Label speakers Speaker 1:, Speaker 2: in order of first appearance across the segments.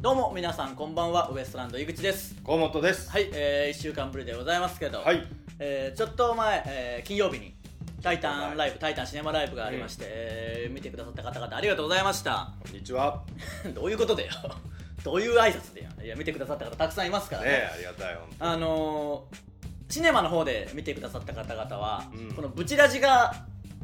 Speaker 1: どうも皆さんこんばんはウエストランド井口です
Speaker 2: 河本です
Speaker 1: はい、え1週間ぶりでございますけど、
Speaker 2: はい
Speaker 1: えーちょっと前、えー金曜日に「タイタンライブ」「
Speaker 2: は
Speaker 1: タイタンシネマライブ」がありまして、えー見てくださった方々ありがとうございました
Speaker 2: こんにちは
Speaker 1: どういうことだよ どういう挨拶だよいや見てくださった方たくさんいますからね
Speaker 2: ねありがたい本
Speaker 1: あのーシネマの方で見てくださった方々は、
Speaker 2: うん
Speaker 1: このブチラジが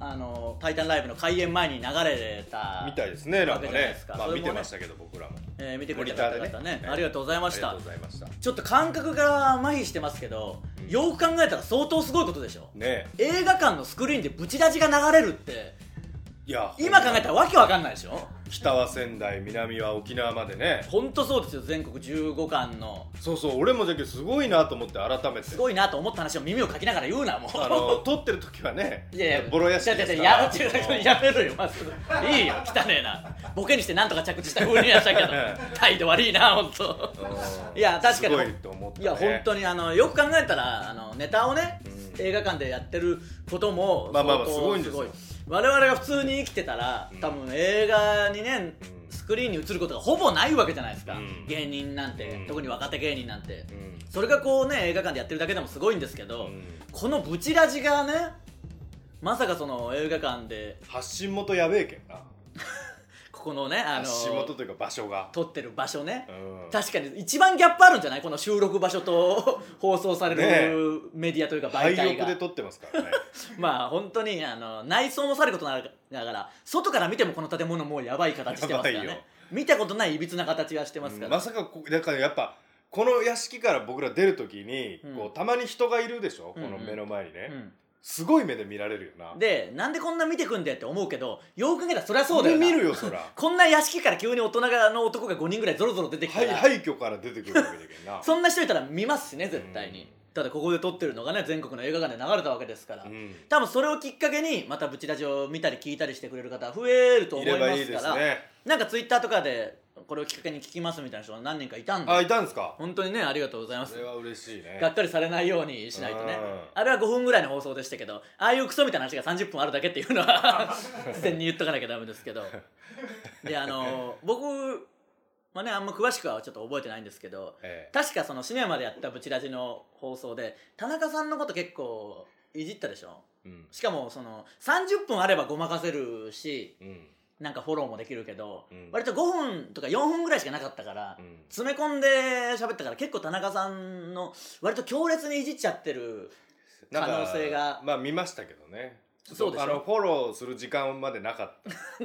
Speaker 1: あのータイタンライブ」の開演前に流れた
Speaker 2: 当みたいですねな
Speaker 1: わ
Speaker 2: ん
Speaker 1: け
Speaker 2: か
Speaker 1: じゃない
Speaker 2: ね
Speaker 1: ですか
Speaker 2: まあ
Speaker 1: それ
Speaker 2: 見
Speaker 1: もね
Speaker 2: てましたけど僕らも
Speaker 1: えー見てく
Speaker 2: モ
Speaker 1: れ
Speaker 2: ニ
Speaker 1: た
Speaker 2: タ
Speaker 1: 方
Speaker 2: ーで
Speaker 1: 々ね
Speaker 2: ね
Speaker 1: ありがとうございました
Speaker 2: ありがとうございましたね
Speaker 1: ちょっと感覚が麻痺してますけど、
Speaker 2: うん
Speaker 1: よく考えたら相当すごいことでしょ
Speaker 2: え
Speaker 1: 映画館のスクリーンでブチラジが流れるって
Speaker 2: いや
Speaker 1: 今考えたらわけわかんないでしょ
Speaker 2: 北は仙台南は沖縄までね
Speaker 1: 本当そうですよ全国15巻の
Speaker 2: そうそう俺もだけどすごいなと思って改めて
Speaker 1: すごいなと思った話を耳をかきながら言うなもう
Speaker 2: あの撮ってる時はね
Speaker 1: いやいや、
Speaker 2: ボロ屋敷
Speaker 1: いや
Speaker 2: で
Speaker 1: いや
Speaker 2: す
Speaker 1: い
Speaker 2: か
Speaker 1: やや
Speaker 2: ら
Speaker 1: めてやめろよ、まず。いいよ、汚ねえな。ボケにしてなんとか着地した風にやしたけど、態度悪いな、本当。
Speaker 2: うん
Speaker 1: いや、確かに。
Speaker 2: すごいと思ったね
Speaker 1: いや、本当に、あの、よく考えたら、あの、ネタをね、映画館でやってることも、
Speaker 2: まあまあまあ
Speaker 1: 相当
Speaker 2: すごいんですよ
Speaker 1: 我々が普通に生きてたら、多分映画にね、
Speaker 2: うん
Speaker 1: スクリーンに映ることがほぼないわけじゃないですか、
Speaker 2: うん
Speaker 1: 芸人なんて、
Speaker 2: うん
Speaker 1: 特に若手芸人なんて、
Speaker 2: うん
Speaker 1: それがこうね映画館でやってるだけでもすごいんですけど、
Speaker 2: うん
Speaker 1: このブチラジがねまさかその映画館で
Speaker 2: 発信元やべえけんな
Speaker 1: ここのねあ
Speaker 2: 発信元
Speaker 1: の
Speaker 2: というか場所が
Speaker 1: 撮ってる場所ね、
Speaker 2: うん
Speaker 1: 確かに一番ギャップあるんじゃないこの収録場所と放送される
Speaker 2: ね
Speaker 1: メディアというか媒
Speaker 2: 廃
Speaker 1: 体
Speaker 2: 屋
Speaker 1: が、
Speaker 2: で撮ってますからね
Speaker 1: まあ本当にあの内装もさることながら外から見てもこの建物もうやばい形してますから
Speaker 2: やばい
Speaker 1: ね
Speaker 2: よ
Speaker 1: 見たことないいびつな形はしてますから、
Speaker 2: まさかこだからやっぱこの屋敷から僕ら出る時に、
Speaker 1: うん
Speaker 2: こうたまに人がいるでしょ、
Speaker 1: うんうん
Speaker 2: この目の前にね、
Speaker 1: うん
Speaker 2: すごい目で見られるよな
Speaker 1: でなんでこんな見てくんだよって思うけどよく考えたらそりゃそうだよな
Speaker 2: 見るよそ ら
Speaker 1: こんな屋敷から急に大人がの男が5人ぐらいゾロゾロ出てきた
Speaker 2: 廃
Speaker 1: ら、
Speaker 2: 廃墟から出てくるわけだけどな
Speaker 1: そんな人いたら見ますしね絶対
Speaker 2: うん
Speaker 1: にただここで撮ってるのがね全国の映画館で流れたわけですから、
Speaker 2: うん
Speaker 1: 多分それをきっかけにまたブチラジオを見たり聞いたりしてくれる方は増えると思
Speaker 2: い
Speaker 1: いま
Speaker 2: れ
Speaker 1: すか
Speaker 2: ば
Speaker 1: ら
Speaker 2: いいですね
Speaker 1: なんかツイッターとかでこれをきっかけに聞きますみたいな人が何人かいたんで
Speaker 2: あいたんですか
Speaker 1: 本当にねありがとうございます
Speaker 2: それは嬉しいね
Speaker 1: がっかりされないようにしないとね
Speaker 2: うん
Speaker 1: あれは5分ぐらいの放送でしたけどああいうクソみたいな話が30分あるだけっていうの は事前に言っとかなきゃダメですけどであの僕はねあんま詳しくはちょっと覚えてないんですけど
Speaker 2: え
Speaker 1: 確かそのシネマでやったブチラジの放送で田中さんのこと結構いじったでしょ
Speaker 2: えうん
Speaker 1: しかもその30分あればごまかせるし
Speaker 2: うん
Speaker 1: なんかフォローもできるけど、
Speaker 2: うん
Speaker 1: 割と5分とか4分ぐらいしかなかったから、
Speaker 2: うん
Speaker 1: 詰め込んで喋ったから結構田中さんの割と強烈にいじっちゃってる
Speaker 2: なんか
Speaker 1: 可能性が
Speaker 2: まあ見ましたけどね
Speaker 1: そうでしょ
Speaker 2: あのフォローする時間までなかっ た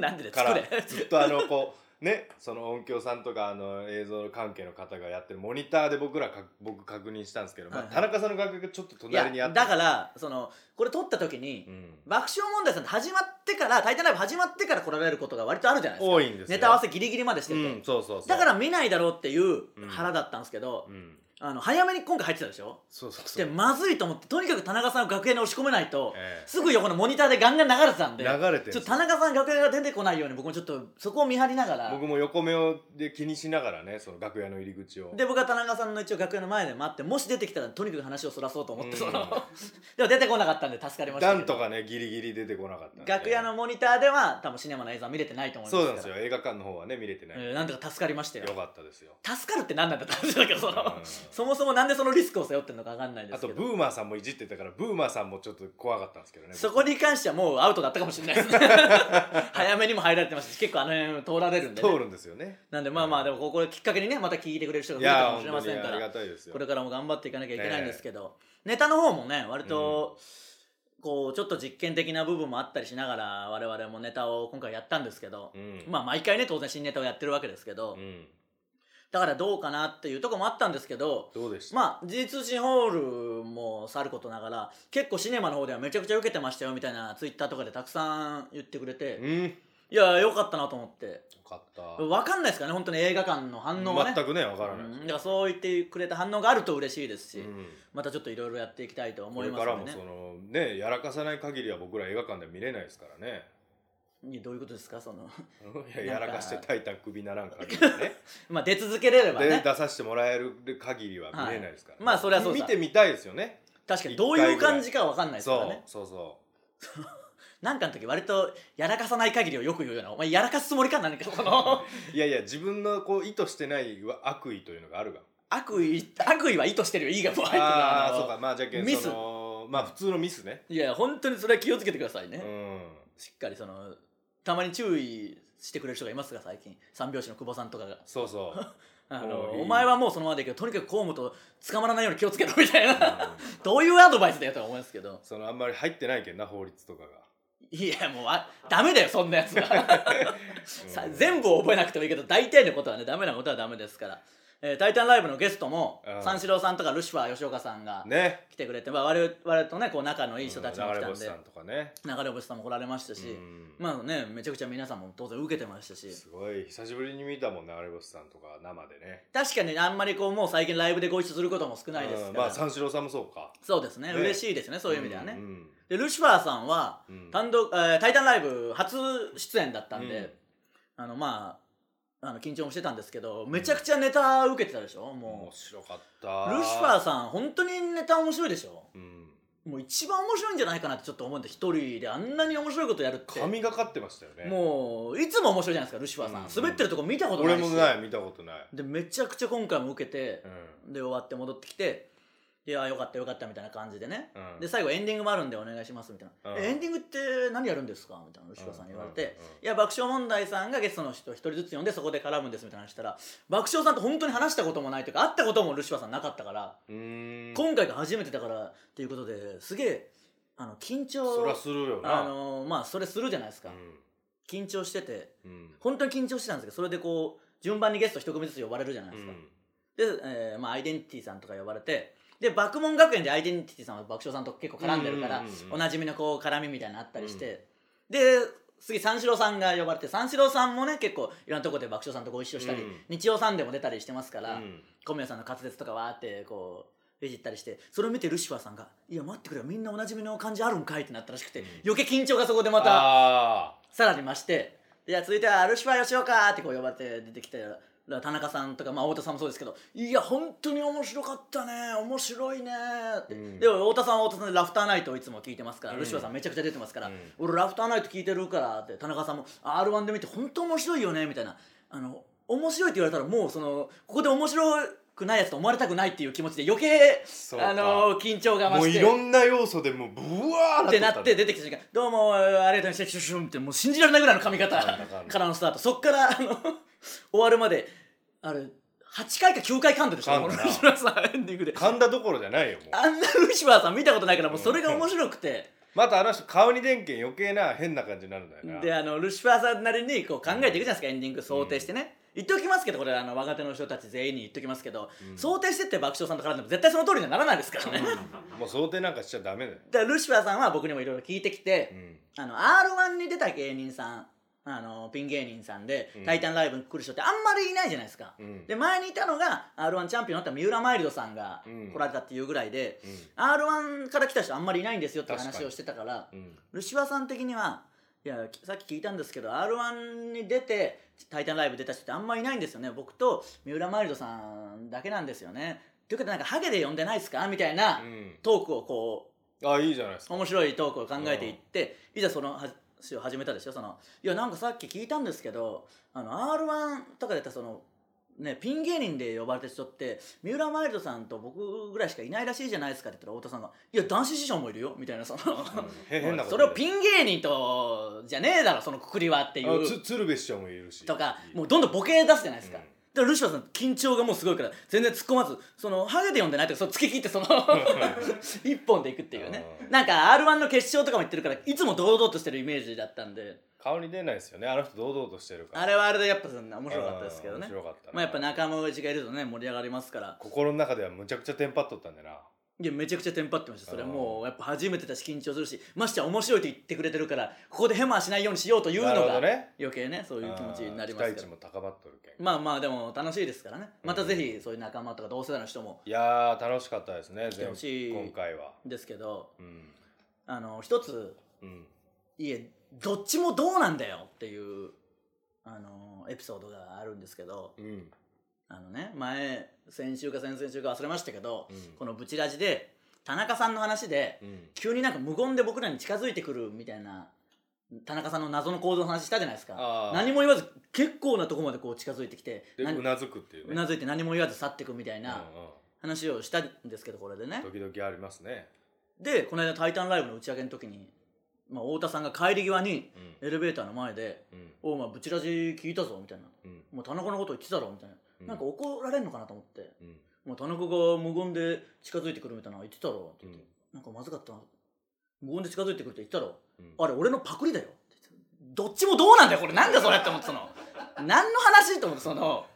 Speaker 1: なんでで
Speaker 2: か
Speaker 1: 作
Speaker 2: ら
Speaker 1: れ
Speaker 2: ずっとあのこうねその音響さんとかあの映像関係の方がやってるモニターで僕らか僕確認したんですけど、まあ
Speaker 1: はいはい
Speaker 2: 田中さんの楽曲がちょっと
Speaker 1: い
Speaker 2: 隣にあ
Speaker 1: や
Speaker 2: って
Speaker 1: だからそのこれ撮った時に、
Speaker 2: うん、
Speaker 1: 爆笑問題さんって始まってから「タイタンライブ」始まってから来られることが割とあるじゃないですか
Speaker 2: 多いんですよ
Speaker 1: ネタ合わせギリギリまでして
Speaker 2: う
Speaker 1: て、
Speaker 2: んそうそうそう
Speaker 1: だから見ないだろうっていう
Speaker 2: うん
Speaker 1: 腹だったんですけど、
Speaker 2: うん
Speaker 1: あの早めに今回入ってたでしょ
Speaker 2: そうそうそ
Speaker 1: で
Speaker 2: う、
Speaker 1: まずいと思ってとにかく田中さんを楽屋に押し込めないと、
Speaker 2: ええ
Speaker 1: すぐ横のモニターでガンガン流れてたんで
Speaker 2: 流れてる
Speaker 1: ちょっと田中さん楽屋が出てこないように僕もちょっとそこを見張りながら
Speaker 2: 僕も横目をで気にしながらねその楽屋の入り口を
Speaker 1: で僕は田中さんの一応楽屋の前で待ってもし出てきたらとにかく話をそらそうと思って、
Speaker 2: うん
Speaker 1: そ のでも出てこなかったんで助かりました
Speaker 2: な
Speaker 1: けど
Speaker 2: んとかねギリギリ出てこなかったんで
Speaker 1: 楽屋のモニターでは多分シネマの映像は見れてないと思いますか
Speaker 2: そ
Speaker 1: ら
Speaker 2: うなんですよ映画館の方はね見れてない、
Speaker 1: えーなんとか助かりましたよ
Speaker 2: よかったです よ
Speaker 1: 助かるって何なんだって話だけどその、
Speaker 2: うん
Speaker 1: そもそもなんでそのリスクを背負ってるのか分かんないで
Speaker 2: あ
Speaker 1: すけ
Speaker 2: と
Speaker 1: ど
Speaker 2: ブーマーさんもいじってたからブーマーさんもちょっと怖かったんですけどね
Speaker 1: そこに関してはもうアウトだったかもしれない ですね早めにも入られてましたし結構あの辺通られるんで、ね、
Speaker 2: 通るんですよね
Speaker 1: なんでまあまあでもここをきっかけにねまた聞いてくれる人が
Speaker 2: い
Speaker 1: 増えるか
Speaker 2: や
Speaker 1: も
Speaker 2: 本
Speaker 1: しれま
Speaker 2: 当
Speaker 1: せ
Speaker 2: に
Speaker 1: んか
Speaker 2: ありが
Speaker 1: ら
Speaker 2: たいですよ
Speaker 1: これからも頑張っていかなきゃいけないんですけど、ネタの方もね割と、こうちょっと実験的な部分もあったりしながら我々もネタを今回やったんですけど、
Speaker 2: うん
Speaker 1: まあ毎回ね当然新ネタをやってるわけですけど、
Speaker 2: うん、
Speaker 1: だからどうかなっていうとこもあったんですけど
Speaker 2: どうでした、
Speaker 1: まあ G 通信ホールもさることながら結構シネマの方ではめちゃくちゃ受けてましたよみたいなツイッターとかでたくさん言ってくれて、
Speaker 2: うんよ
Speaker 1: いやよかったなと思って
Speaker 2: かった
Speaker 1: わかんないですかね本当に映画館の反応はね
Speaker 2: 全くねわからない
Speaker 1: うん
Speaker 2: で
Speaker 1: だからそう言ってくれた反応があると嬉しいです
Speaker 2: す
Speaker 1: し、
Speaker 2: よ、うん
Speaker 1: またちょっといろいろやっていきたいと
Speaker 2: こ
Speaker 1: 思い
Speaker 2: れ
Speaker 1: ま
Speaker 2: からも
Speaker 1: す
Speaker 2: そ
Speaker 1: ので
Speaker 2: のねやらかさない限りは僕ら映画館で見れないですからね
Speaker 1: ねどういうことですかその
Speaker 2: いや
Speaker 1: な
Speaker 2: や
Speaker 1: んから
Speaker 2: かしてタイタンクビならん限り はね
Speaker 1: まあ出続けれれば
Speaker 2: で
Speaker 1: ね
Speaker 2: 出させてもらえる限りは見れないですからね、
Speaker 1: はいまあそれはそうだ
Speaker 2: 見てみたいですよね
Speaker 1: 確かにどういう感じかわかんないですから
Speaker 2: そう
Speaker 1: ね
Speaker 2: そうそ
Speaker 1: なんかの時割とやらかさない限りをよく言うようなお前やらかすつもりか何かその
Speaker 2: いやいや自分のこう意図してない悪意というのがあるが
Speaker 1: 悪意悪意は意図してるよいいがもう入ってる
Speaker 2: あ
Speaker 1: あ
Speaker 2: あー
Speaker 1: の
Speaker 2: そうかまあじゃけん
Speaker 1: ミス
Speaker 2: そのまあ普通のミスね
Speaker 1: いや本当にそれは気をつけてくださいね、
Speaker 2: うん
Speaker 1: しっかりそのたまに注意してくれる人がいますが最近三拍子の久保さんとかが
Speaker 2: そうそう
Speaker 1: あの
Speaker 2: おういい
Speaker 1: お前はもうそのままでいいけどとにかくこうむと捕まらないように気をつけろみたいな
Speaker 2: うん
Speaker 1: どういうアドバイスだよとは思いますけど
Speaker 2: そのあんまり入ってないけんな法律とかが、
Speaker 1: いやもうあダメだよそんなやつは
Speaker 2: うん
Speaker 1: さ全部を覚えなくてもいいけど大体のことはねダメなことはダメですから「えータイタンライブ」のゲストも
Speaker 2: うん
Speaker 1: 三四郎さんとかルシファー吉岡さんが
Speaker 2: ね
Speaker 1: 来てくれて、まあ、我々とねこう仲のいい人たちも
Speaker 2: うん
Speaker 1: 来た
Speaker 2: 流れ
Speaker 1: ん
Speaker 2: 星
Speaker 1: で
Speaker 2: さんとかね
Speaker 1: 流れ星さんも来られましたし、
Speaker 2: うん
Speaker 1: まあねめちゃくちゃ皆さんも当然受けてましたし
Speaker 2: すごい久しぶりに見たもん流れ星さんとか生でね
Speaker 1: 確かにあんまりこうもう最近ライブでご一緒することも少ないです
Speaker 2: うん
Speaker 1: から、
Speaker 2: まあ三四郎さんもそうか
Speaker 1: そうですね
Speaker 2: ね
Speaker 1: 嬉しいですねそういう意味ではね、
Speaker 2: ん
Speaker 1: でルシファーさんは
Speaker 2: うんうん
Speaker 1: 単独、えータイタンライブ」初出演だったんで、
Speaker 2: うん
Speaker 1: あのまああの緊張もしてたんですけどめちゃくちゃネタ受けてたでしょも
Speaker 2: 面白かった
Speaker 1: うルシファ
Speaker 2: ー
Speaker 1: ーさん本当にネタ面白いでしょ
Speaker 2: うん
Speaker 1: もう一番面白いんじゃないかなってちょっと思うんで一人であんなに面白いことやるって
Speaker 2: 神がかってましたよね
Speaker 1: もういつも面白いじゃないですかルシファーさん、
Speaker 2: うん
Speaker 1: 滑ってるとこ見たことな
Speaker 2: 俺
Speaker 1: いし
Speaker 2: もない見たことない
Speaker 1: でめちゃくちゃ今回も受けて
Speaker 2: う、
Speaker 1: で終わって戻ってきて「いやよかったよかった」みたいな感じでね、
Speaker 2: んうん
Speaker 1: で最後エンディングもあるんでお願いしますみたいな、
Speaker 2: うん
Speaker 1: えエンディングって何やるんですかみたいな吉川さんに言われて、
Speaker 2: うんうんうん
Speaker 1: いや爆笑問題さんがゲストの人を一人ずつ呼んでそこで絡むんですみたいな話したら爆笑さんと本当に話したこともないというか会ったこともルシファーさんなかったから、
Speaker 2: うーん
Speaker 1: 今回が初めてだからっていうことですげえあの緊
Speaker 2: そり
Speaker 1: 張
Speaker 2: ゃするよな
Speaker 1: あのまあそれするじゃないですか、緊張してて
Speaker 2: うんうん
Speaker 1: 本当に緊張してたんですけどそれでこう順番にゲスト一組ずつ呼ばれるじゃないうですか、
Speaker 2: ん
Speaker 1: で、えーまあ、アイデンティティさんとか呼ばれてで爆問学園でアイデンティティさんは爆笑さんと結構絡んでるから、
Speaker 2: うんうんうんうん
Speaker 1: おなじみのこう絡みみたいなのあったりして、で次三四郎さんが呼ばれて三四郎さんもね結構いろんなとこで爆笑さんとご一緒したり、
Speaker 2: うん
Speaker 1: 日曜さんでも出たりしてますか
Speaker 2: う
Speaker 1: ら、
Speaker 2: ん
Speaker 1: 小宮さんの滑舌とかわーってこういじったりしてそれを見てルシファーさんが「いや待ってくれよみんなおなじみの感じあるんかい」ってなったらしくて、
Speaker 2: うん
Speaker 1: 余計緊張がそこでまた
Speaker 2: あ
Speaker 1: さらに増して「いや続いてはアルシファー吉岡」ってこう呼ばれて出てきたら田中さんとか、まあ、太田さんもそうですけど「いや本当に面白かったね面白いね」って、
Speaker 2: うん
Speaker 1: でも太田さんは太田さんで「ラフターナイト」をいつも聞いてますから、
Speaker 2: うん
Speaker 1: ルシファーさんめちゃくちゃ出てますから「
Speaker 2: うん
Speaker 1: 俺ラフターナイト聞いてるから」って田中さんも「r 1で見て本当面白いよね」みたいなあの面白いって言われたらもうそのここで面白くないやつと思われたくないっていう気持ちで余計
Speaker 2: そうか
Speaker 1: あの緊張が
Speaker 2: あ
Speaker 1: 増
Speaker 2: もう
Speaker 1: し
Speaker 2: い
Speaker 1: て
Speaker 2: ろんな要素でもうブワー
Speaker 1: ってなって
Speaker 2: で
Speaker 1: 出てきた瞬間「どうもありがとうございましたシュシュシュン」ってもう信じられないぐらいの髪型
Speaker 2: わかんないわかんない
Speaker 1: からのスタートそっからあの終わるまであれ8回か9回噛んでるでしょ
Speaker 2: 噛
Speaker 1: こ
Speaker 2: ん
Speaker 1: の
Speaker 2: だな
Speaker 1: ルシファーさんエンディングで
Speaker 2: 噛んだどころじゃないよもう
Speaker 1: あんなルシファーさん見たことないからもうそれが面白くて
Speaker 2: またあの人顔に電源余計な変な感じになるんだよな
Speaker 1: であのルシファーさんなりにこう考えていくじゃないですかエンディング想定してね言っておきますけどこれあの若手の人たち全員に言っておきますけど
Speaker 2: うん
Speaker 1: 想定してって爆笑さんと絡んでも絶対その通りにはならないですからね
Speaker 2: もう想定なんかしちゃダメだよ、
Speaker 1: だからルシファーさんは僕にもいろいろ聞いてきて
Speaker 2: うん
Speaker 1: あの R1 に出た芸人さんあのピン芸人さんで
Speaker 2: う
Speaker 1: 「
Speaker 2: ん
Speaker 1: タイタンライブ」に来る人ってあんまりいないじゃないですか、
Speaker 2: うん
Speaker 1: で前にいたのが r 1チャンピオンだった三浦マイルドさんが
Speaker 2: うん
Speaker 1: 来られたっていうぐらいで、
Speaker 2: うん
Speaker 1: r 1から来た人あんまりいないんですよって
Speaker 2: 確かに
Speaker 1: 話をしてたから
Speaker 2: うん
Speaker 1: ルシファーさん的にはいやさっき聞いたんですけど r 1に出て「タイタンライブ」出た人ってあんまりいないんですよね僕と三浦マイルドさんだけなんですよねということでなんかハゲで呼んでないですかみたいな
Speaker 2: うん
Speaker 1: トークをこう
Speaker 2: あいいじゃないですか
Speaker 1: 面白いトークを考えていって、いざその話を始めたでしょそのいやなんかさっき聞いたんですけどあの r 1とかでやったその、ね、ピン芸人で呼ばれてる人って三浦マイルドさんと僕ぐらいしかいないらしいじゃないですかって言ったら太田さんが「いや男子師匠もいるよ」みたいなその、
Speaker 2: うんへ変なこと
Speaker 1: それをピン芸人とじゃねえだろそのくくりはってい
Speaker 2: あつ
Speaker 1: う
Speaker 2: 鶴瓶師匠もいるし
Speaker 1: とかも
Speaker 2: う
Speaker 1: うどんどんボケ出すじゃないですか。
Speaker 2: うん
Speaker 1: だからルシファーさん緊張がもうすごいから全然突っ込まずそのハゲで読んでないとかその突き切ってその 一本でいくっていうね
Speaker 2: うん
Speaker 1: なんか r 1の決勝とかも言ってるからいつも堂々としてるイメージだったんで
Speaker 2: 顔に出ないですよねあの人堂々としてるから
Speaker 1: あれはあれでやっぱそんな面白かったですけどね
Speaker 2: うん面白かったな
Speaker 1: まあやっぱ仲間内がいるとね盛り上がりますから
Speaker 2: 心の中ではむちゃくちゃテンパっとったんだよない
Speaker 1: やめちゃくちゃテンパってましたそれはもうやっぱ初めてだし緊張するしましてや面白いと言ってくれてるからここでヘマはしないようにしようというの
Speaker 2: なるほ
Speaker 1: が
Speaker 2: どね
Speaker 1: 余計ねそういう気持ちになります
Speaker 2: うん
Speaker 1: か
Speaker 2: 期待値
Speaker 1: ら
Speaker 2: も高まっとるけん
Speaker 1: まあまあでも楽しいですからねまた
Speaker 2: うん
Speaker 1: ぜひそういう仲間とか同世代の人も
Speaker 2: いやー楽しかったですね
Speaker 1: てほしい
Speaker 2: 全部今回は
Speaker 1: ですけど
Speaker 2: うん
Speaker 1: あの一つ
Speaker 2: うん
Speaker 1: いえどっちもどうなんだよっていうあのエピソードがあるんですけど
Speaker 2: うん
Speaker 1: あのね前先週か先々週か忘れましたけど、
Speaker 2: うん
Speaker 1: このブチラジで田中さんの話で
Speaker 2: うん
Speaker 1: 急になんか無言で僕らに近づいてくるみたいな田中さんの謎の行動の話したじゃないですか
Speaker 2: あー
Speaker 1: 何も言わず結構なとこまでこう近づいてきて
Speaker 2: で
Speaker 1: な
Speaker 2: うなずくっていう
Speaker 1: う
Speaker 2: ね
Speaker 1: なずいて何も言わず去っていくみたいな
Speaker 2: う
Speaker 1: 話をしたんですけどこれでね
Speaker 2: んうん、時々ありますね、
Speaker 1: でこの間「タイタンライブ」の打ち上げの時に、まあ、太田さんが帰り際に
Speaker 2: うん
Speaker 1: エレベーターの前で
Speaker 2: うん
Speaker 1: 「おお前ブチラジ聞いたぞ」みたいな
Speaker 2: うん
Speaker 1: 「もう田中のこと言ってたろ」みたいな、
Speaker 2: うん、
Speaker 1: なんか怒られるのかなと思って
Speaker 2: うん
Speaker 1: 「もう田中が無言で近づいてくるみたいなの言ってたろ」って
Speaker 2: う
Speaker 1: 言っ
Speaker 2: ん
Speaker 1: て、なんかまずかったな無言で近づいてくるって言ったろ
Speaker 2: うん
Speaker 1: あれ俺のパクリだよ」って言ってどっちもどうなんだよこれなんだそれって思ってその何の話と思ってその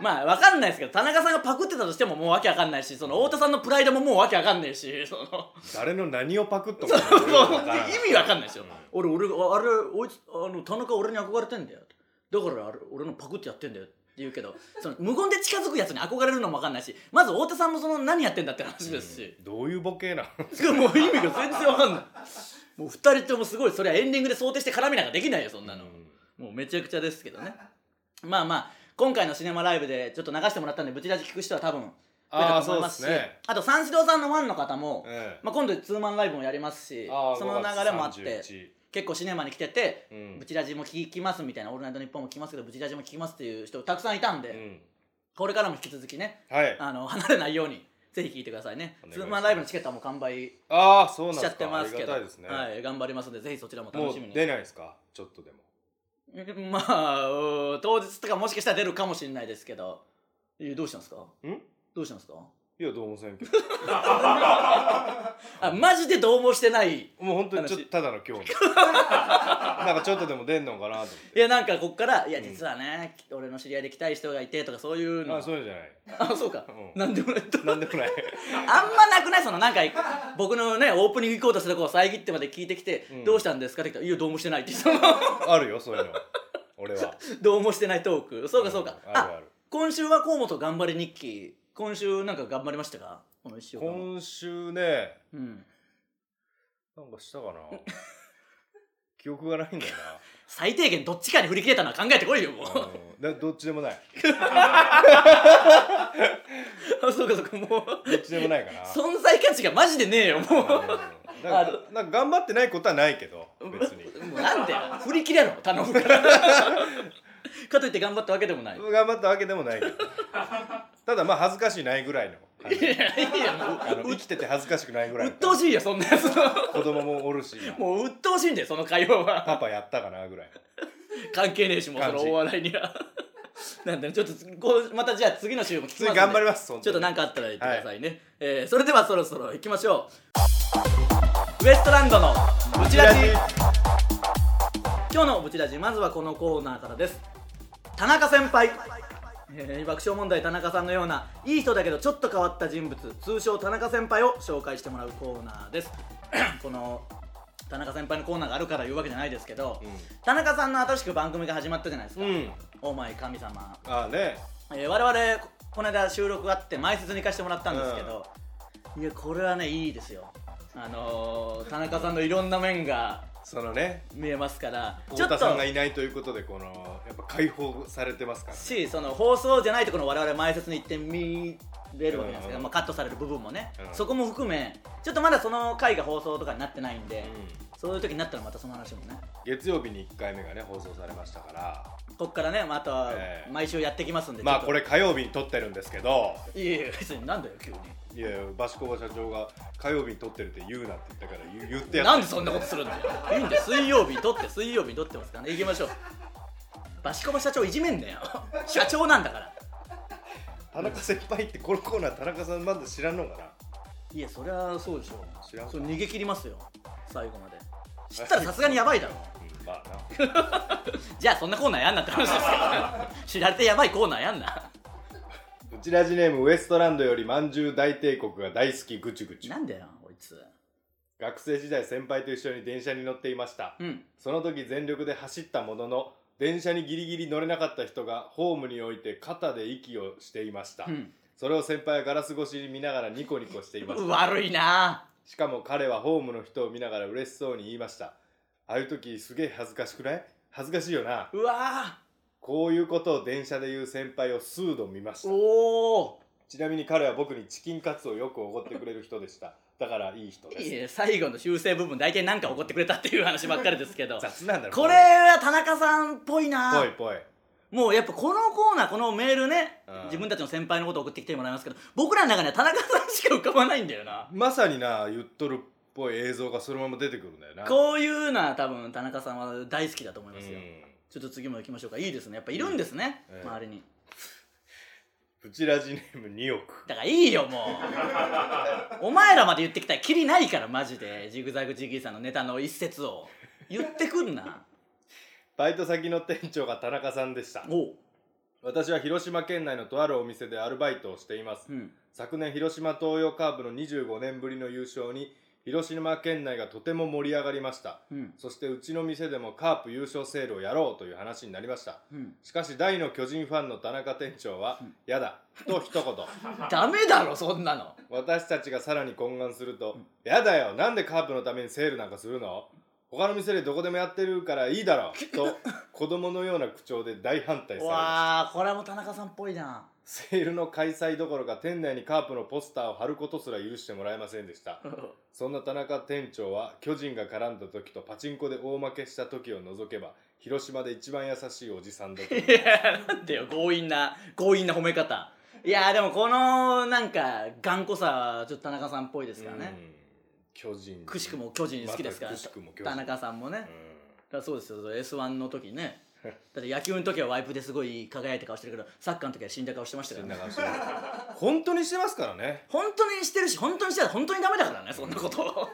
Speaker 1: まあわかんないですけど田中さんがパクってたとしてももうわけわかんないしその太田さんのプライドももうわけわかんないしその。
Speaker 2: 誰の何をパク っともね
Speaker 1: そう
Speaker 2: よくわから
Speaker 1: で意味わかんないですよ
Speaker 2: うん。
Speaker 1: 俺、俺、ああれ、おいつ、あの、田中俺に憧れてんだよ。だから、あれ、俺のパクってやってんだよ。って言うけど、その、無言で近づくやつに憧れるのもわかんないし、まず太田さんもその、何やってんだって話ですし。
Speaker 2: うんどういうボケなの
Speaker 1: しかももう意味が全然わかんない。もう二人ともすごい、それはエンディングで想定して絡みなんかできないよ、そんなの。もうめちゃくちゃですけどね。まあまあ、今回のシネマライブでちょっと流してもらったんで、ブチラジ聞く人は多分増え
Speaker 2: あ
Speaker 1: た
Speaker 2: あ
Speaker 1: と思
Speaker 2: そ
Speaker 1: いう
Speaker 2: で
Speaker 1: ます
Speaker 2: す
Speaker 1: し、
Speaker 2: ね、
Speaker 1: あと三四郎さんのファンの方も、
Speaker 2: ええ
Speaker 1: まあ、今度ツーマンライブもやりますし
Speaker 2: ああ
Speaker 1: その流れもあっ
Speaker 2: 5
Speaker 1: て
Speaker 2: 月31
Speaker 1: 結構シネマに来てて
Speaker 2: う
Speaker 1: 「
Speaker 2: ん
Speaker 1: ブチラジも聞きます」みたいな「オールナイトニッポン」も聞きますけど「ブチラジも聞きます」っていう人たくさんいたんで、
Speaker 2: うん
Speaker 1: これからも引き続きね
Speaker 2: はい
Speaker 1: あの離れないようにぜひ聞いてくださいね
Speaker 2: お願いし
Speaker 1: ツ
Speaker 2: ます
Speaker 1: ーマンライブのチケットはもう完売
Speaker 2: ああそうなん
Speaker 1: し
Speaker 2: で
Speaker 1: ちゃ
Speaker 2: す
Speaker 1: って
Speaker 2: かあ
Speaker 1: ま
Speaker 2: り
Speaker 1: すけ
Speaker 2: が
Speaker 1: ど
Speaker 2: たいですね、
Speaker 1: はい、頑張りますのでぜひそちらも楽
Speaker 2: も
Speaker 1: しみ
Speaker 2: う
Speaker 1: に
Speaker 2: 出ないですかちょっとでも
Speaker 1: まあうー当日とかもしかしたら出るかもしれないですけどえどうしたんですか
Speaker 2: ん
Speaker 1: どうしたんですか
Speaker 2: いやどうもせんけど
Speaker 1: あマジでどうもしてない
Speaker 2: もう本当にちょっとただの今日 なんかちょっとでも出んのかなと思っ
Speaker 1: いやなんかこっから「いや実はね、俺の知り合いで来たい人がいて」とかそういう
Speaker 2: て
Speaker 1: の
Speaker 2: あそういうのじゃない
Speaker 1: あそうか、
Speaker 2: うん
Speaker 1: なんでもないと
Speaker 2: なんでもない
Speaker 1: あんまなくないそのなんか僕のねオープニング行こうとしたとこを遮ってまで聞いてきて、
Speaker 2: うん
Speaker 1: どうしたんですか?」って言ったら「いやどうもしてない」ってその
Speaker 2: あるよそういうの俺は
Speaker 1: どうもしてないトーク そうかそうか、
Speaker 2: んあるある
Speaker 1: 今週は河本頑張り日記今週なんか頑張りましたかこの一週間は
Speaker 2: 今週ね
Speaker 1: うん
Speaker 2: なんかしたかな記憶がないんだよ
Speaker 1: 最低限どっちかに振り切れたのは考えてこいよもう
Speaker 2: な、 うん、だどっちでもない
Speaker 1: あ そうかそうかもう
Speaker 2: どっちでもな いかな
Speaker 1: 存在価値がマジでねえよもう
Speaker 2: うんだからなんか頑張ってないことはないけど別に
Speaker 1: もうなんで振り切れろ頼 むからかといって頑張ったわけでもない
Speaker 2: 頑張ったわけでもないけどただまあ恥ずかしいないぐらいの感
Speaker 1: い
Speaker 2: じ
Speaker 1: やいやも
Speaker 2: あの
Speaker 1: うう
Speaker 2: 生きてて恥ずかしくないぐらい
Speaker 1: 鬱
Speaker 2: の
Speaker 1: 陶
Speaker 2: 感じ
Speaker 1: しいよそんなやつ
Speaker 2: 子供もおるし
Speaker 1: もう鬱陶しいんだよその会話は
Speaker 2: パパやったかなぐらい
Speaker 1: 関係ねえしもうそ
Speaker 2: 感じ
Speaker 1: のお笑いには なんでちょっとこうまたじゃあ次の週も聞き
Speaker 2: 次
Speaker 1: ますんで
Speaker 2: 頑張ります
Speaker 1: ちょっと何
Speaker 2: か
Speaker 1: かあったら言ってくださいね、えーそれではそろそろ行きましょうウエストランドのブチラジ今日のブチラジまずはこのコーナーからです田中先輩えー爆笑問題田中さんのようないい人だけどちょっと変わった人物通称田中先輩を紹介してもらうコーナーです この田中先輩のコーナーがあるから言うわけじゃないですけど、田中さんの新しく番組が始まったじゃないです
Speaker 2: う
Speaker 1: か「
Speaker 2: ん、うん、
Speaker 1: お前神様
Speaker 2: ああね」
Speaker 1: えー我々ここの間収録があって前説に行かせてもらったんですけど、いやこれはねいいですよあのー、田中さんのいろんな面が
Speaker 2: そのね
Speaker 1: 見えますからちょ
Speaker 2: 太
Speaker 1: っと
Speaker 2: 田さんがいないということでこのやっぱ解放されてますから
Speaker 1: しその放送じゃないところの我々前説に行って見れるわけなんですけど、
Speaker 2: うん
Speaker 1: まあ、カットされる部分もね、
Speaker 2: うん
Speaker 1: そこも含めちょっとまだその回が放送とかになってないんで、
Speaker 2: うん
Speaker 1: そういう時になったらまたその話もね
Speaker 2: 月曜日に1回目がね放送されましたから
Speaker 1: こっからねまた
Speaker 2: ええ
Speaker 1: 毎週やってきますんで、ち
Speaker 2: まあ
Speaker 1: ょっと
Speaker 2: これ火曜日に撮ってるんですけど
Speaker 1: いやいや別になんだよ急に
Speaker 2: いやいやバシコバ社長が火曜日に撮ってるって言うなって言ったから言う言ってやった
Speaker 1: なんでそんなことするんだよいいんで水曜日に撮って水曜日に撮ってますからね行きましょうバシコバ社長いじめんなよ 社長なんだから
Speaker 2: 田中先輩ってこのコーナー田中さんまだ知らんのかない
Speaker 1: やそりゃそうでしょ
Speaker 2: 知らんか
Speaker 1: それ逃げ切りますよ最後まで知ったらさすがにやばいだろ
Speaker 2: うんまあ
Speaker 1: じゃあそんなコーナーやんなって話 ですけど知られてやばいコーナーやんな
Speaker 2: なうちラジネームウエストランドよりまんじゅう大帝国が大好きぐちぐち
Speaker 1: なんだよこいつ
Speaker 2: 学生時代先輩と一緒に電車に乗っていました
Speaker 1: うん
Speaker 2: その時全力で走ったものの電車にギリギリ乗れなかった人がホームに置いて肩で息をしていました、
Speaker 1: うん
Speaker 2: それを先輩はガラス越しに見ながらニコニコしてい ました
Speaker 1: 悪いな
Speaker 2: しかも彼はホームの人を見ながら嬉しそうに言いましたああいう時すげえ恥ずかしくない恥ずかしいよな
Speaker 1: うわ
Speaker 2: こういうことを電車で言う先輩を数度見まし
Speaker 1: ー
Speaker 2: た
Speaker 1: おお
Speaker 2: ちなみに彼は僕にチキンカツをよくおごってくれる人でしただからいい人です
Speaker 1: いえ最後の修正部分大体何か怒ってくれたっていう話ばっかりですけ ど
Speaker 2: 雑なんだろ
Speaker 1: これは田中さんっぽい
Speaker 2: ぽ
Speaker 1: ない
Speaker 2: ぽい
Speaker 1: もうやっぱこのコーナーこのメールね
Speaker 2: うん
Speaker 1: 自分たちの先輩のこと送ってきてもらいますけど僕らの中には田中さんしか浮かばないんだよな
Speaker 2: まさにな言っとるっぽい映像がそのまま出てくるんだよな
Speaker 1: こういうのは多分田中さんは大好きだと思いますよ、
Speaker 2: ん
Speaker 1: ちょっと次も行きましょうかいいですねやっぱいるんですね、
Speaker 2: うんええ
Speaker 1: 周りに
Speaker 2: プチラジネーム2億
Speaker 1: だからいいよもうお前らまで言ってきたらキリないからマジでジグザグジギーさんのネタの一節を言ってくん な
Speaker 2: バイト先の店長が田中さんでした
Speaker 1: おう、
Speaker 2: 私は広島県内のとあるお店でアルバイトをしています
Speaker 1: うん、
Speaker 2: 昨年広島東洋カーブの25年ぶりの優勝に広島県内がとても盛り上がりました
Speaker 1: うん
Speaker 2: そしてうちの店でもカープ優勝セールをやろうという話になりました
Speaker 1: うん
Speaker 2: しかし大の巨人ファンの田中店長は
Speaker 1: うん
Speaker 2: 「やだ」と一言
Speaker 1: ダメだろそんなの
Speaker 2: 私たちがさらに懇願すると
Speaker 1: うん
Speaker 2: 「やだよなんでカープのためにセールなんかするの他の店でどこでもやってるからいいだろ」 と子供のような口 調で大反対され
Speaker 1: う
Speaker 2: ま
Speaker 1: わあこれも田中さんっぽい な
Speaker 2: すセールの開催どころか店内にカープのポスターを貼ることすら許してもらえませんでしたそんな田中店長は巨人が絡んだ時とパチンコで大負けした時を除けば広島で一番優しいおじさんだ と思う
Speaker 1: いやなんでよ強引な強引な褒め方いやでもこのなんか頑固さはちょっと田中さんっぽいですからね、
Speaker 2: うん巨人
Speaker 1: くしくも巨人好きですから、
Speaker 2: またくしくも巨人
Speaker 1: 田中さんもね、だか
Speaker 2: うん
Speaker 1: らそうですよ S1 の時ねだって野球の時はワイプですごい輝いた顔してるけどサッカーの時は死んだ顔してましたか らね
Speaker 2: 本当にしてますからね
Speaker 1: 本当にしてるし本当にしてたら本当にダメだからねそんなこと をあ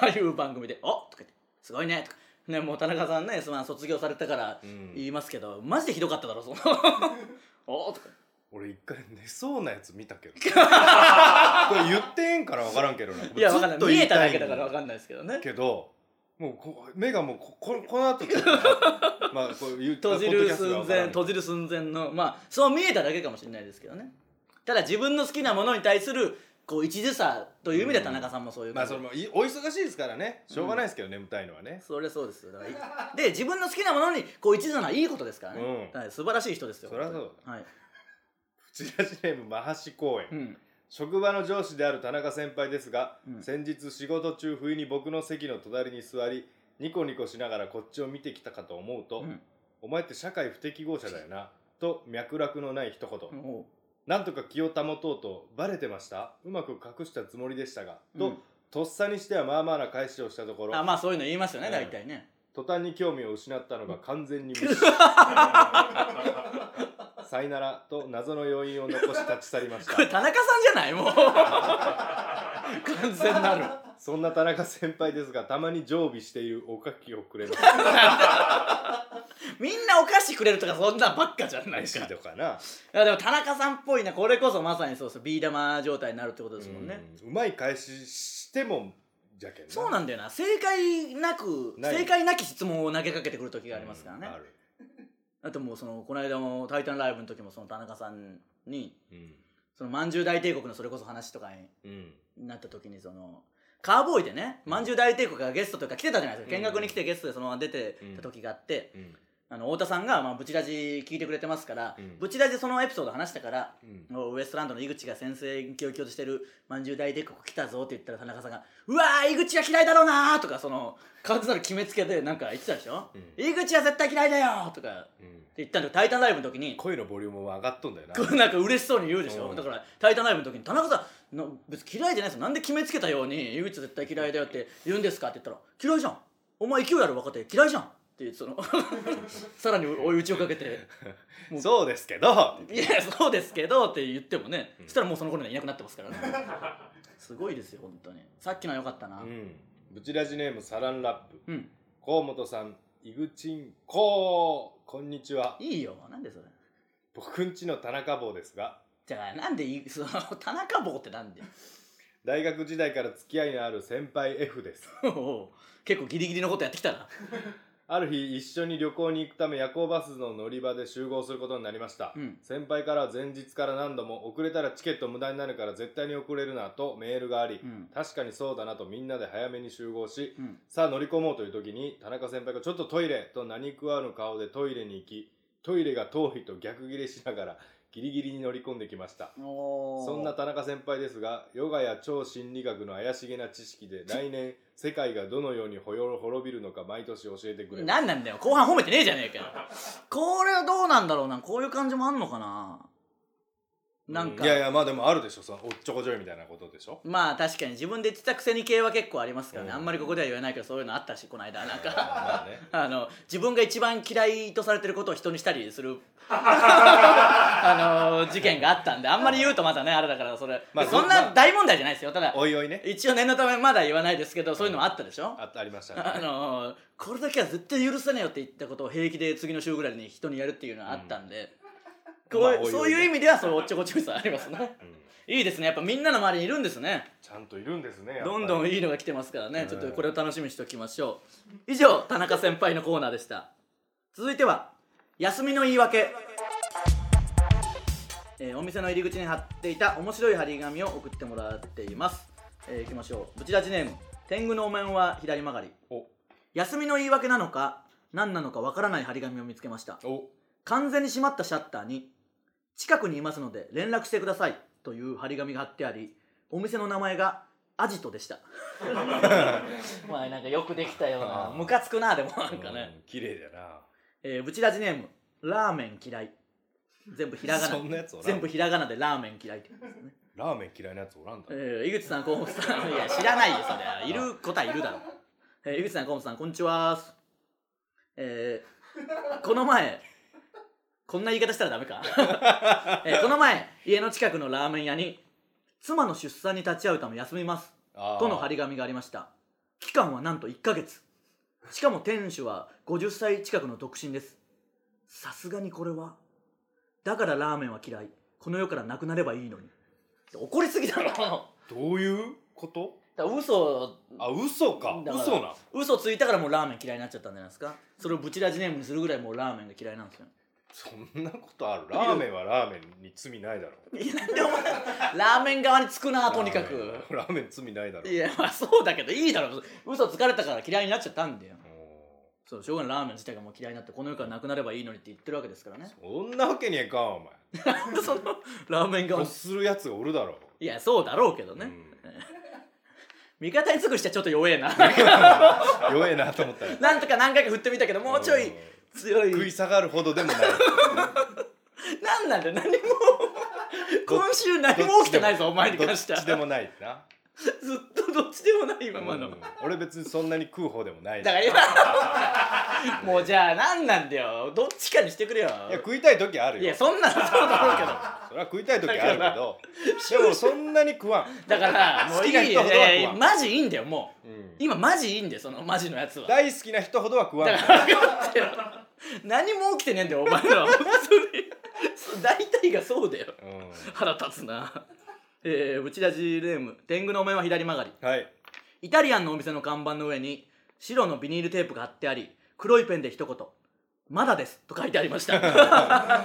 Speaker 1: あいう番組で「おっ!」とか言って「すごいね」とか。ね、もう田中さんね、すまん卒業されたから
Speaker 2: うん
Speaker 1: 言いますけど、マジでひどかっただろ、その。 おーとか
Speaker 2: 俺一回寝そうなやつ見 たけどこれ言ってええんから分からんけどない
Speaker 1: や、わかんない。見えただけ
Speaker 2: ず
Speaker 1: だ
Speaker 2: っ
Speaker 1: か
Speaker 2: と言いい
Speaker 1: らわかんないですけどね。
Speaker 2: けどもうこ目がもうこここの後まあこう言った
Speaker 1: 閉じる
Speaker 2: ポッドキャ
Speaker 1: 寸
Speaker 2: ストが分から
Speaker 1: 前
Speaker 2: んけど
Speaker 1: 閉じる寸前のまあそう見えただけかもしれないですけどねただ自分の好きなものに対するこう一途さという意味では田中さんもそういう
Speaker 2: ま
Speaker 1: 感
Speaker 2: あ
Speaker 1: じ、
Speaker 2: それもいお忙しいですからねしょうがないですけど、眠たいのはね
Speaker 1: それそうですよだからいで自分の好きなものにこう一途なのはいいことですからね、
Speaker 2: うん
Speaker 1: だから素晴らしい人ですよ
Speaker 2: そりゃそう
Speaker 1: だはい、
Speaker 2: プチラジネームマハシ公園、
Speaker 1: うん、
Speaker 2: 職場の上司である田中先輩ですが、
Speaker 1: うん
Speaker 2: 先日仕事中不意に僕の席の隣に座りニコニコしながらこっちを見てきたかと思うと、
Speaker 1: うん
Speaker 2: お前って社会不適合者だよな」と脈絡のない一言、
Speaker 1: おう
Speaker 2: なんとか気を保とうと「バレてましたうまく隠したつもりでしたが」
Speaker 1: う
Speaker 2: と、
Speaker 1: ん
Speaker 2: とっさにしてはまあまあな返しをしたところ
Speaker 1: あまあそういうの言いますよね、
Speaker 2: うん
Speaker 1: 大体ね
Speaker 2: 途端に興味を失ったのが完全に 無視さいならと謎の要因を残し立ち去りまし
Speaker 1: これ
Speaker 2: た
Speaker 1: 田中さんじゃない もう完全なる
Speaker 2: そんな田中先輩ですがたまに常備しているおかきをくれます
Speaker 1: みんなお菓子くれるとかそんなんばっかじゃない
Speaker 2: 嬉
Speaker 1: か
Speaker 2: しいとかない
Speaker 1: やでも田中さんっぽいなこれこそまさにそうそうビー玉状態になるってことですもんね
Speaker 2: うんうまい返ししてもじゃけんな
Speaker 1: そうなんだよな正解なく
Speaker 2: ない
Speaker 1: 正解なき質問を投げかけてくる時がありますからね
Speaker 2: うんある
Speaker 1: あともうそのこの間も「タイタンライブ」の時もその田中さんに
Speaker 2: うん
Speaker 1: その饅頭大帝国のそれこそ話とか
Speaker 2: うん
Speaker 1: になった時にそのカーボーイでね饅頭大帝国がゲストというか来てたじゃないですか見学に来てゲストでそのまま出てた時があって
Speaker 2: うん
Speaker 1: あの太田さんがまあ「ブチラジ」聞いてくれてますから
Speaker 2: うん
Speaker 1: ブチラジでそのエピソード話したから
Speaker 2: うん
Speaker 1: もうウエストランドの井口が先生教教としてる「まんじゅう大帝国来たぞ」って言ったら田中さんが「うわー井口は嫌いだろうな」ーとかその数なる決めつけでなんか言ってたでしょ「
Speaker 2: うん
Speaker 1: 井口は絶対嫌いだよ」とか
Speaker 2: うん
Speaker 1: 言ったんだけどタイタンライブの時にこ
Speaker 2: 声のボリュームも上がっとんだよな
Speaker 1: うなんか嬉しそうに言うでしょ、
Speaker 2: うん
Speaker 1: だから「タイタンライブ」の時に田中さんの別に嫌いじゃないですよなんで決めつけたように「井口は絶対嫌いだよ」って言うんですかって言ったら「嫌いじゃんお前勢いある若手嫌いじゃん」ってその さらに追い打ちをかけて。もう
Speaker 2: そうですけど
Speaker 1: いやそうですけどって言ってもね、そしたらもうその頃にはいなくなってますから ねすごいですよ本当にさっきのは良かったな
Speaker 2: うんブチラジネームサランラップ
Speaker 1: うん、
Speaker 2: 河本さんイグチンコーこんにちはい
Speaker 1: いよなんでそれ
Speaker 2: 僕んちの田中坊ですが
Speaker 1: じゃあなんでい いその田中坊ってなんで
Speaker 2: 大学時代から付き合いのある先輩 F です
Speaker 1: おう結構ギリギリのことやってきたな
Speaker 2: ある日一緒に旅行に行くため夜行バスの乗り場で集合することになりました、
Speaker 1: うん
Speaker 2: 先輩からは前日から何度も遅れたらチケット無駄になるから絶対に遅れるなとメールがあり、
Speaker 1: うん
Speaker 2: 確かにそうだなとみんなで早めに集合し、
Speaker 1: うん
Speaker 2: さあ乗り込もうという時に田中先輩がちょっとトイレと何食わぬ顔でトイレに行きトイレが遠いと逆ギレしながらギリギリに乗り込んできました
Speaker 1: おー
Speaker 2: そんな田中先輩ですがヨガや超心理学の怪しげな知識で来年世界がどのようにほよ滅びるのか毎年教えてくれます
Speaker 1: 何なんだよ後半褒めてねえじゃねえかよこれはどうなんだろうなこういう感じもあんのかななんか、
Speaker 2: いやいやまあでもあるでしょそのおっちょこちょいみたいなことでしょ
Speaker 1: まあ確かに自分で言ってたくせに系は結構ありますからね、
Speaker 2: うん
Speaker 1: あんまりここでは言えないけどそういうのあったしこの間なんか
Speaker 2: まあね
Speaker 1: あの自分が一番嫌いとされてることを人にしたりす るあの事件があったんであんまり言うとまたねあれだからそれ、
Speaker 2: まあ
Speaker 1: そん
Speaker 2: ま
Speaker 1: な
Speaker 2: あ
Speaker 1: 大問題じゃないですよただ
Speaker 2: おいおいね
Speaker 1: 一応念のためまだ言わないですけどそういうのもあったでしょ、
Speaker 2: あありましたね
Speaker 1: あのこれだけは絶対許さねえよって言ったことを平気で次の週ぐらいに人にやるっていうのはあったんで、こう
Speaker 2: まあおいおいね
Speaker 1: そういう意味ではそういうおっちょこちょいさありますね
Speaker 2: うん
Speaker 1: いいですねやっぱみんなの周りにいるんですね
Speaker 2: ちゃんといるんですね
Speaker 1: どんどん
Speaker 2: い
Speaker 1: いいのが来てますからね、
Speaker 2: うん
Speaker 1: ちょっとこれを楽しみにしておきましょう以上田中先輩のコーナーでした続いては休みの言い訳えーお店の入り口に貼っていた面白い貼り紙を送ってもらっています、えー、いきましょうブチラジネーム天狗のお面は左曲がり
Speaker 2: お
Speaker 1: 休みの言い訳なのか何なのかわからない貼り紙を見つけました
Speaker 2: お
Speaker 1: 完全に閉まったシャッターに「近くにいますので連絡してください」という張り紙が貼ってありお店の名前がアジトでしたまあなんかよくできたような
Speaker 2: あー
Speaker 1: ムカつくなでもなんか
Speaker 2: う
Speaker 1: ね、
Speaker 2: ん綺麗だな
Speaker 1: えー、ブチラジネームラーメン嫌い全部ひらが
Speaker 2: そんな
Speaker 1: な
Speaker 2: やつおらん
Speaker 1: 全部ひらがなでラーメン嫌いって言うんですね、
Speaker 2: ラーメン嫌いなやつおらんだ、
Speaker 1: えー、井口さん河本さんいや知らないよそりゃいる答えいるだろ、えー、井口さん河本さんこんにちはえー、この前こんな言い方したらダメか、えーこの前家の近くのラーメン屋に妻の出産に立ち会うため休みます
Speaker 2: あー
Speaker 1: との張り紙がありました期間はなんと1ヶ月しかも店主は50歳近くの独身ですさすがにこれはだからラーメンは嫌いこの世からなくなればいいのに怒りすぎだろだか
Speaker 2: どういうこと
Speaker 1: ら嘘
Speaker 2: あ嘘か
Speaker 1: だから
Speaker 2: 嘘な
Speaker 1: 嘘ついたからもうラーメン嫌いになっちゃったんじゃないですかそれをブチラジネームにするぐらいもうラーメンが嫌いなんですよ
Speaker 2: そんなことあるラーメンはラーメンに罪ないだろ
Speaker 1: いやなんでお前ラーメン側につくなとにかく
Speaker 2: ラーメン罪ないだろ
Speaker 1: いやまあそうだけどいいだろ嘘つかれたから嫌いになっちゃったんだよ
Speaker 2: も
Speaker 1: そうしょうがないラーメン自体がもう嫌いになってこの世からなくなればいいのにって言ってるわけですから ね
Speaker 2: うそんなわけにはいかんお前
Speaker 1: そのラーメ ン側
Speaker 2: 欲するやつがおるだろ
Speaker 1: いやそうだろうけど
Speaker 2: う、
Speaker 1: ね、
Speaker 2: う
Speaker 1: 味方につくしてはちょっと弱えな
Speaker 2: ん、 弱えなと思った ら
Speaker 1: なんとか何回か振ってみたけどもうちょい強い
Speaker 2: 食い下がるほどでもない
Speaker 1: なんなんだよ 何も
Speaker 2: ど
Speaker 1: 今週何も起きてないぞお前に関しては
Speaker 2: どっちでもないな
Speaker 1: ずっとどっちでもない今の、
Speaker 2: うん俺別にそんなに食う方でもないし
Speaker 1: だから今もうじゃあ何なんだよどっちかにしてくれよ
Speaker 2: いや食いたい時ある
Speaker 1: い
Speaker 2: よ
Speaker 1: やそんなのそうだ
Speaker 2: それは食いたい時あるけ
Speaker 1: だか
Speaker 2: どでもそんなに食わん、
Speaker 1: ろうけどだからもういい
Speaker 2: 好きな人
Speaker 1: よ
Speaker 2: ほ
Speaker 1: い
Speaker 2: どは食わん
Speaker 1: やいやマジいいんだよもう
Speaker 2: うん
Speaker 1: 今マジいいんだよそのマジのやつは
Speaker 2: 大好きな人ほどは食わん
Speaker 1: だから分かってる 何も起きてねえんだよお前らは本 当に大体がそうだよ
Speaker 2: うん
Speaker 1: 腹立つなえー、ブチラジレーム天狗のお面は左曲がり
Speaker 2: はい
Speaker 1: イタリアンのお店の看板の上に白のビニールテープが貼ってあり黒いペンで一言「まだです」と書いてありました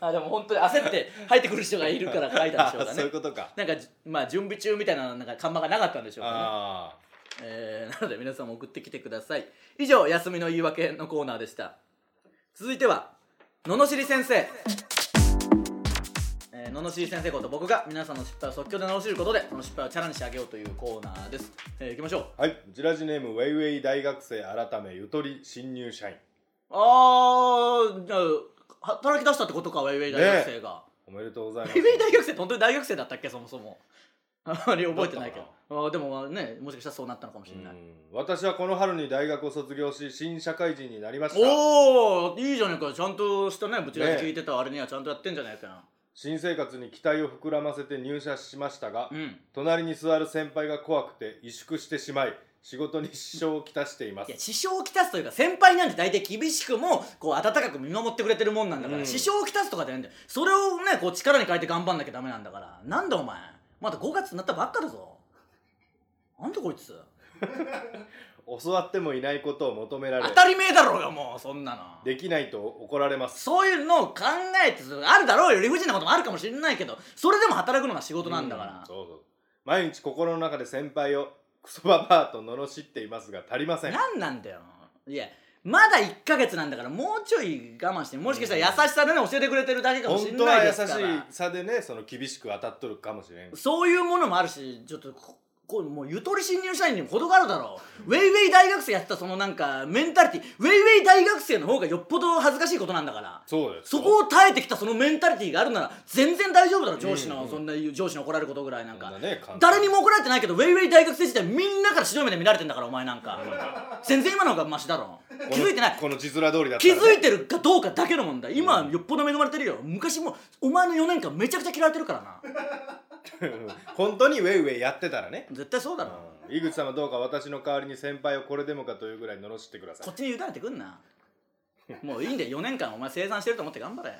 Speaker 1: あでも本当に焦って入ってくる人がいるから書いたんでしょうか
Speaker 2: あそうい
Speaker 1: ね
Speaker 2: うことか
Speaker 1: なんかじまあ準備中みたいななんか看板がなかったんでしょうかね、
Speaker 2: あ
Speaker 1: えーなので皆さんも送ってきてください以上休みの言い訳のコーナーでした続いては罵り先生えー、罵り先生こと僕が皆さんの失敗を即興で罵ることでその失敗をチャラにしてあげようというコーナーです、えー、いきましょう
Speaker 2: あはいジラジネームウェイウェイ大学生改めゆとり新入社員
Speaker 1: あーじゃあ働き出したってことかウェイウェイ大学生が、
Speaker 2: おめでとうございま
Speaker 1: ウ
Speaker 2: す
Speaker 1: ェイウェイ大学生って本当に大学生だったっけそもそもあんまり覚えてないけ
Speaker 2: だっ
Speaker 1: どあーでもまあねもしかしたらそうなったのかもしれない、
Speaker 2: うん私はこの春に大学を卒業し新社会人になりました
Speaker 1: おおいいじゃないかちゃんとしたねぶちラジ聞いてたあれにはちゃんとやってんじゃないかな、
Speaker 2: 新生活に期待を膨らませて入社しましたが、
Speaker 1: うん
Speaker 2: 隣に座る先輩が怖くて萎縮してしまい仕事に支障をきたしています
Speaker 1: いや支障をきたすというか先輩なんて大体厳しくもこう温かく見守ってくれてるもんなんだから、
Speaker 2: うん
Speaker 1: 支障をきたすとかじゃないんだよそれをねこう力に変えて頑張んなきゃダメなんだからなんだお前まだ5月になったばっかだぞなんでこいつ
Speaker 2: 教わってもいないことを求められ
Speaker 1: 当たり前だろうよもうそんなの
Speaker 2: できないと怒られます
Speaker 1: そういうのを考えてあるだろうよ理不尽なこともあるかもしれないけどそれでも働くのが仕事なんだから、
Speaker 2: うそうそう毎日心の中で先輩をクソババアと罵っていますが足りません
Speaker 1: なんなんだよいやまだ1ヶ月なんだからもうちょい我慢してもしかしたら優しさでね教えてくれてるだけかもし
Speaker 2: 本
Speaker 1: れ
Speaker 2: 当
Speaker 1: な
Speaker 2: はい優
Speaker 1: で
Speaker 2: し
Speaker 1: すから
Speaker 2: いさでねその厳しく当たっとるかもしれん
Speaker 1: そういうものもあるしちょっとここうもうゆとり新入社員にも程があるだろうウェイウェイ大学生やってたそのなんかメンタリティウェイウェイ大学生の方がよっぽど恥ずかしいことなんだから
Speaker 2: そうだよ
Speaker 1: そこを耐えてきたそのメンタリティがあるなら全然大丈夫だろ上司
Speaker 2: うん
Speaker 1: の、
Speaker 2: うん
Speaker 1: そんな上司に怒られることぐらいなんか
Speaker 2: そんなね簡単
Speaker 1: 誰にも怒られてないけどウェイウェイ大学生時代みんなから白い目で見られてんだからお前なんか全然今の方がマシだろ
Speaker 2: この
Speaker 1: 気づいてない
Speaker 2: この字面通りだった
Speaker 1: 気
Speaker 2: らね
Speaker 1: づいてるかどうかだけの問題今はよっぽど恵まれてるよ昔もお前の4年間めちゃくちゃ嫌われてるからな
Speaker 2: 本当にウェイウェイやってたらね
Speaker 1: 絶対そうだろ
Speaker 2: 井口様どうか私の代わりに先輩をこれでもかというぐらい罵ってくださ
Speaker 1: こ
Speaker 2: い
Speaker 1: っちに委ねてくんなもういいんだよ4年間お前生産してると思って頑張れ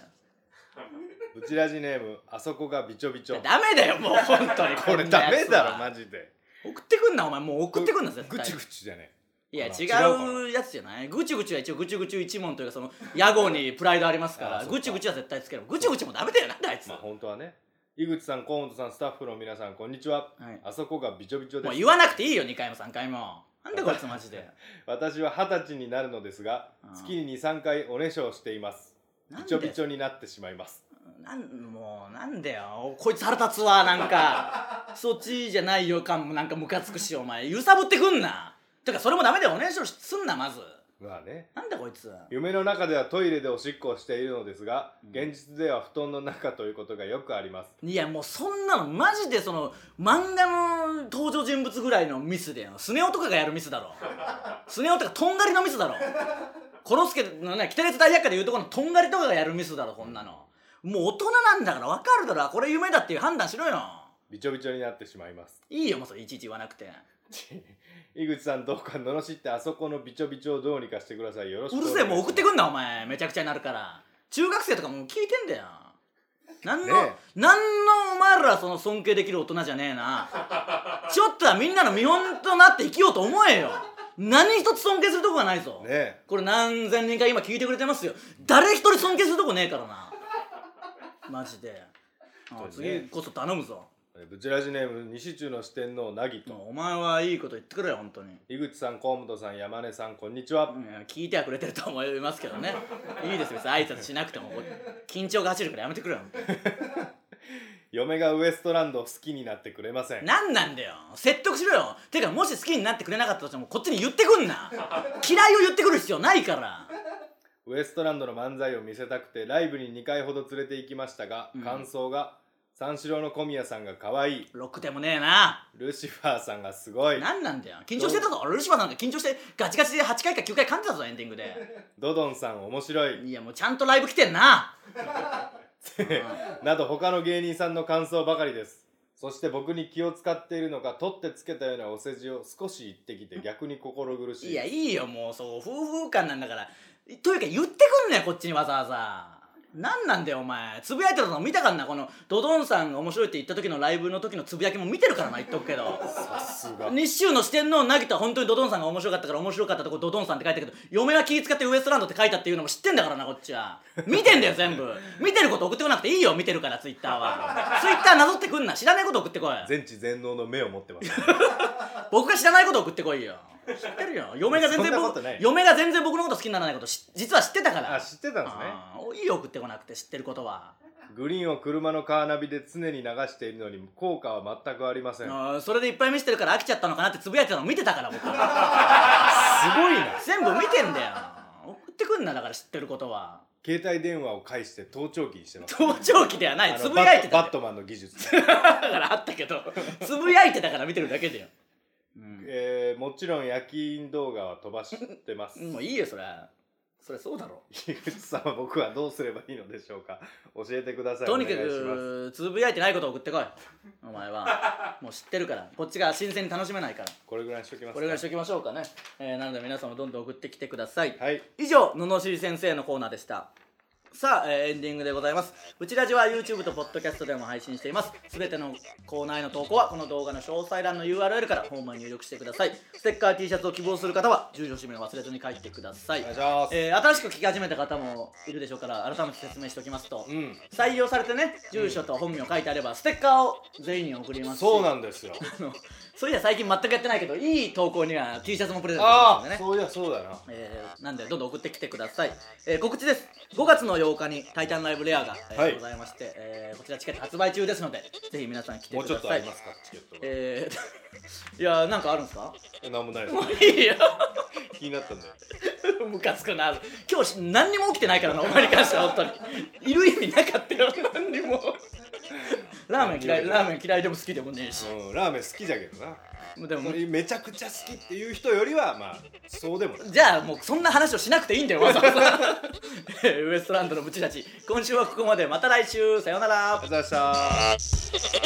Speaker 2: ブチラジネームあそこがびちょびちょ
Speaker 1: ダメだよもう本当に
Speaker 2: これ
Speaker 1: んな
Speaker 2: ダ
Speaker 1: や
Speaker 2: メ
Speaker 1: つは
Speaker 2: だろマジで
Speaker 1: 送ってくんなお前もう送ってくんな絶対
Speaker 2: ぐちぐちじゃね
Speaker 1: いや
Speaker 2: あら
Speaker 1: 違
Speaker 2: 違うか
Speaker 1: うやつじゃないぐちぐちは一応ぐちぐち一問というかその屋号にプライドありますか
Speaker 2: あ
Speaker 1: ら
Speaker 2: そうか
Speaker 1: ぐちぐちは絶対つけろぐちぐちもダメだよなんだあいつ、
Speaker 2: まあ本当はね井口さん河本さんスタッフの皆さんこんにちは、
Speaker 1: はい
Speaker 2: あそこがびちょびちょで
Speaker 1: もう
Speaker 2: す
Speaker 1: 言わなくていいよ2回も3回もなんでこいつマジ で
Speaker 2: 私は二十歳になるのですが
Speaker 1: ああ
Speaker 2: 月に23回おねしょをしています
Speaker 1: な
Speaker 2: び
Speaker 1: ん
Speaker 2: ち
Speaker 1: で
Speaker 2: ょびちょになってしまいます
Speaker 1: なんもうなんだよこいつ腹立つわなんか そっちじゃないよ感もなんかムカつくしお前揺さぶってくんなてかそれもダメだよおねしょすんなまず
Speaker 2: まあね
Speaker 1: なんだこいつ
Speaker 2: 夢の中ではトイレでおしっこをしているのですが現実では布団の中ということがよくあります
Speaker 1: いやもうそんなのマジでその漫画の登場人物ぐらいのミスだよスネ夫とかがやるミスだろスネ夫とかとんがりのミスだろコロスケのね北列大百科でいうとこのとんがりとかがやるミスだろこんなのもう大人なんだから分かるだろあこれ夢だっていう判断しろよ
Speaker 2: びちょびちょになってしまいます
Speaker 1: いいよもうそれいちいち言わなくて
Speaker 2: 井口さんどうか罵ってあそこのびちょびちょをどうにかしてくださいよろしく
Speaker 1: う
Speaker 2: お
Speaker 1: る
Speaker 2: 願いし
Speaker 1: せ
Speaker 2: ま
Speaker 1: え
Speaker 2: す
Speaker 1: もう送ってくんなお前めちゃくちゃになるから中学生とかもう聞いてんだよなんの、
Speaker 2: ね
Speaker 1: なんのお前らその尊敬できる大人じゃねえなちょっとはみんなの見本となって生きようと思えよ何一つ尊敬するとこがないぞ、
Speaker 2: ねえ
Speaker 1: これ何千人か今聞いてくれてますよ誰一人尊敬するとこねえからなマジで、あ
Speaker 2: 本当にね
Speaker 1: 次こそ頼むぞ
Speaker 2: ブチラジネーム西中の四天王なぎと
Speaker 1: もうお前はいいこと言ってくれよ本当に
Speaker 2: 井口さん河本さん山根さんこんにちは、
Speaker 1: うん聞いてはくれてると思いますけどねいいです別に挨拶しなくてもこう緊張が走るからやめてくれよ
Speaker 2: 嫁がウエストランドを好きになってくれません
Speaker 1: 何なんだよ説得しろよてかもし好きになってくれなかったとしてもこっちに言ってくんな嫌いを言ってくる必要ないから
Speaker 2: ウエストランドの漫才を見せたくてライブに2回ほど連れて行きましたが、
Speaker 1: うん
Speaker 2: 感想が三四郎の小宮さんが可愛い
Speaker 1: ろくでもねえな
Speaker 2: ルシファーさんがすごい
Speaker 1: 何なんだよ緊張してたぞ俺ルシファーなんか緊張してガチガチで8回か9回噛んでたぞエンディングで
Speaker 2: ドドンさん面白い
Speaker 1: いやもうちゃんとライブ来てんな
Speaker 2: など他の芸人さんの感想ばかりですそして僕に気を使っているのか取ってつけたようなお世辞を少し言ってきて逆に心苦しい
Speaker 1: いやいいよもうそう夫婦間なんだからというか言ってくんねこっちにわざわざ何なんだよお前つぶやいてるの見たからなこのドドンさんが面白いって言った時のライブの時のつぶやきも見てるからな言っとくけど
Speaker 2: さすが
Speaker 1: 日週の四天王なぎとは本当にドドンさんが面白かったから面白かったとこドドンさんって書いたけど嫁は気使ってウエストランドって書いたっていうのも知ってんだからなこっちは見てんだよ全部見てること送ってこなくていいよ見てるからツイッターはツイッターなぞってくんな知らないこと送ってこい
Speaker 2: 全知全能の目を持ってます
Speaker 1: 僕が知らないこと送ってこいよ知ってるよ嫁が全然
Speaker 2: そんなこ
Speaker 1: 僕
Speaker 2: とない
Speaker 1: 嫁が全然僕のこと好きにならないことし実は知ってたから
Speaker 2: あ知ってたんですね
Speaker 1: あーいいよ送ってこなくて知ってることは
Speaker 2: グリーンを車のカーナビで常に流しているのに効果は全くありませんす
Speaker 1: あーそれでいっぱい見せてるから飽きちゃったのかなってつぶやいてたの見てたから僕
Speaker 2: ごいな
Speaker 1: 全部見てんだよ送ってくんなだから知ってることは
Speaker 2: 携帯電話を介して盗聴器にしてます
Speaker 1: 盗聴器ではな
Speaker 2: あ
Speaker 1: い
Speaker 2: の
Speaker 1: つぶやいてたん
Speaker 2: バ
Speaker 1: だよ
Speaker 2: ットバットマンの技術、
Speaker 1: だからあったけどつぶやいてたから見てるだけだよ、うん
Speaker 2: えー、もちろん夜勤動画は飛ばしてます
Speaker 1: もういいよそれはそれそうだろ
Speaker 2: 樋口さんは僕はどうすればいいのでしょうか教えてください
Speaker 1: とにか
Speaker 2: お願いします
Speaker 1: くつぶやいてないことを送ってこいお前 はもう知ってるからこっちが新鮮に楽しめないから
Speaker 2: これぐらいにしときますか
Speaker 1: これぐらいにしときましょうかね、えーなので皆さんもどんどん送ってきてください、
Speaker 2: はい
Speaker 1: 以上ののしり先生のコーナーでしたさあ、えーエンディングでございます。うちラジは YouTube と Podcast でも配信しています。すべてのコーナーへの投稿は、この動画の詳細欄の URL から本文に入力してください。ステッカー T シャツを希望する方は、住所氏名を忘れずに書いてください。
Speaker 2: 願いします
Speaker 1: えー新しく聞き始めた方もいるでしょうから、改めて説明しておきますと、
Speaker 2: うん
Speaker 1: 採用されてね、住所と本名書いてあれば、ステッカーを全員に送りますし
Speaker 2: そうな んですよ
Speaker 1: あのそういや最近全くやってないけどいい投稿には T シャツもプレゼント
Speaker 2: あ
Speaker 1: するんで
Speaker 2: あ
Speaker 1: ね
Speaker 2: そういやそうだな
Speaker 1: えーなんでどんどん送ってきてください、えー告知です5月の8日に「タイタンライブレアが」えー
Speaker 2: はい
Speaker 1: ございまして、えーこちらチケット発売中ですのでぜひ皆さん来て
Speaker 2: もう
Speaker 1: く
Speaker 2: ちょ
Speaker 1: だ
Speaker 2: っとあ
Speaker 1: さ
Speaker 2: り
Speaker 1: い
Speaker 2: ますかチケットが
Speaker 1: えー いやーなんかあるんですか
Speaker 2: えなんも ないです
Speaker 1: もういいよ
Speaker 2: 気になったんだよ
Speaker 1: ムカつくな今日し何にも起きてないからなお前に関しては本当にいる意味なかったよ何にもラーメン嫌いラーメン嫌いでも好きでもねえし
Speaker 2: うんラーメン好きじゃけどな
Speaker 1: でも
Speaker 2: それめちゃくちゃ好きっていう人よりはまあそうでもない
Speaker 1: じゃあもうそんな話をしなくていいんだよわざわざ えーウエストランドのブチたち今週はここまでまた来週さようなら
Speaker 2: ありがとうございました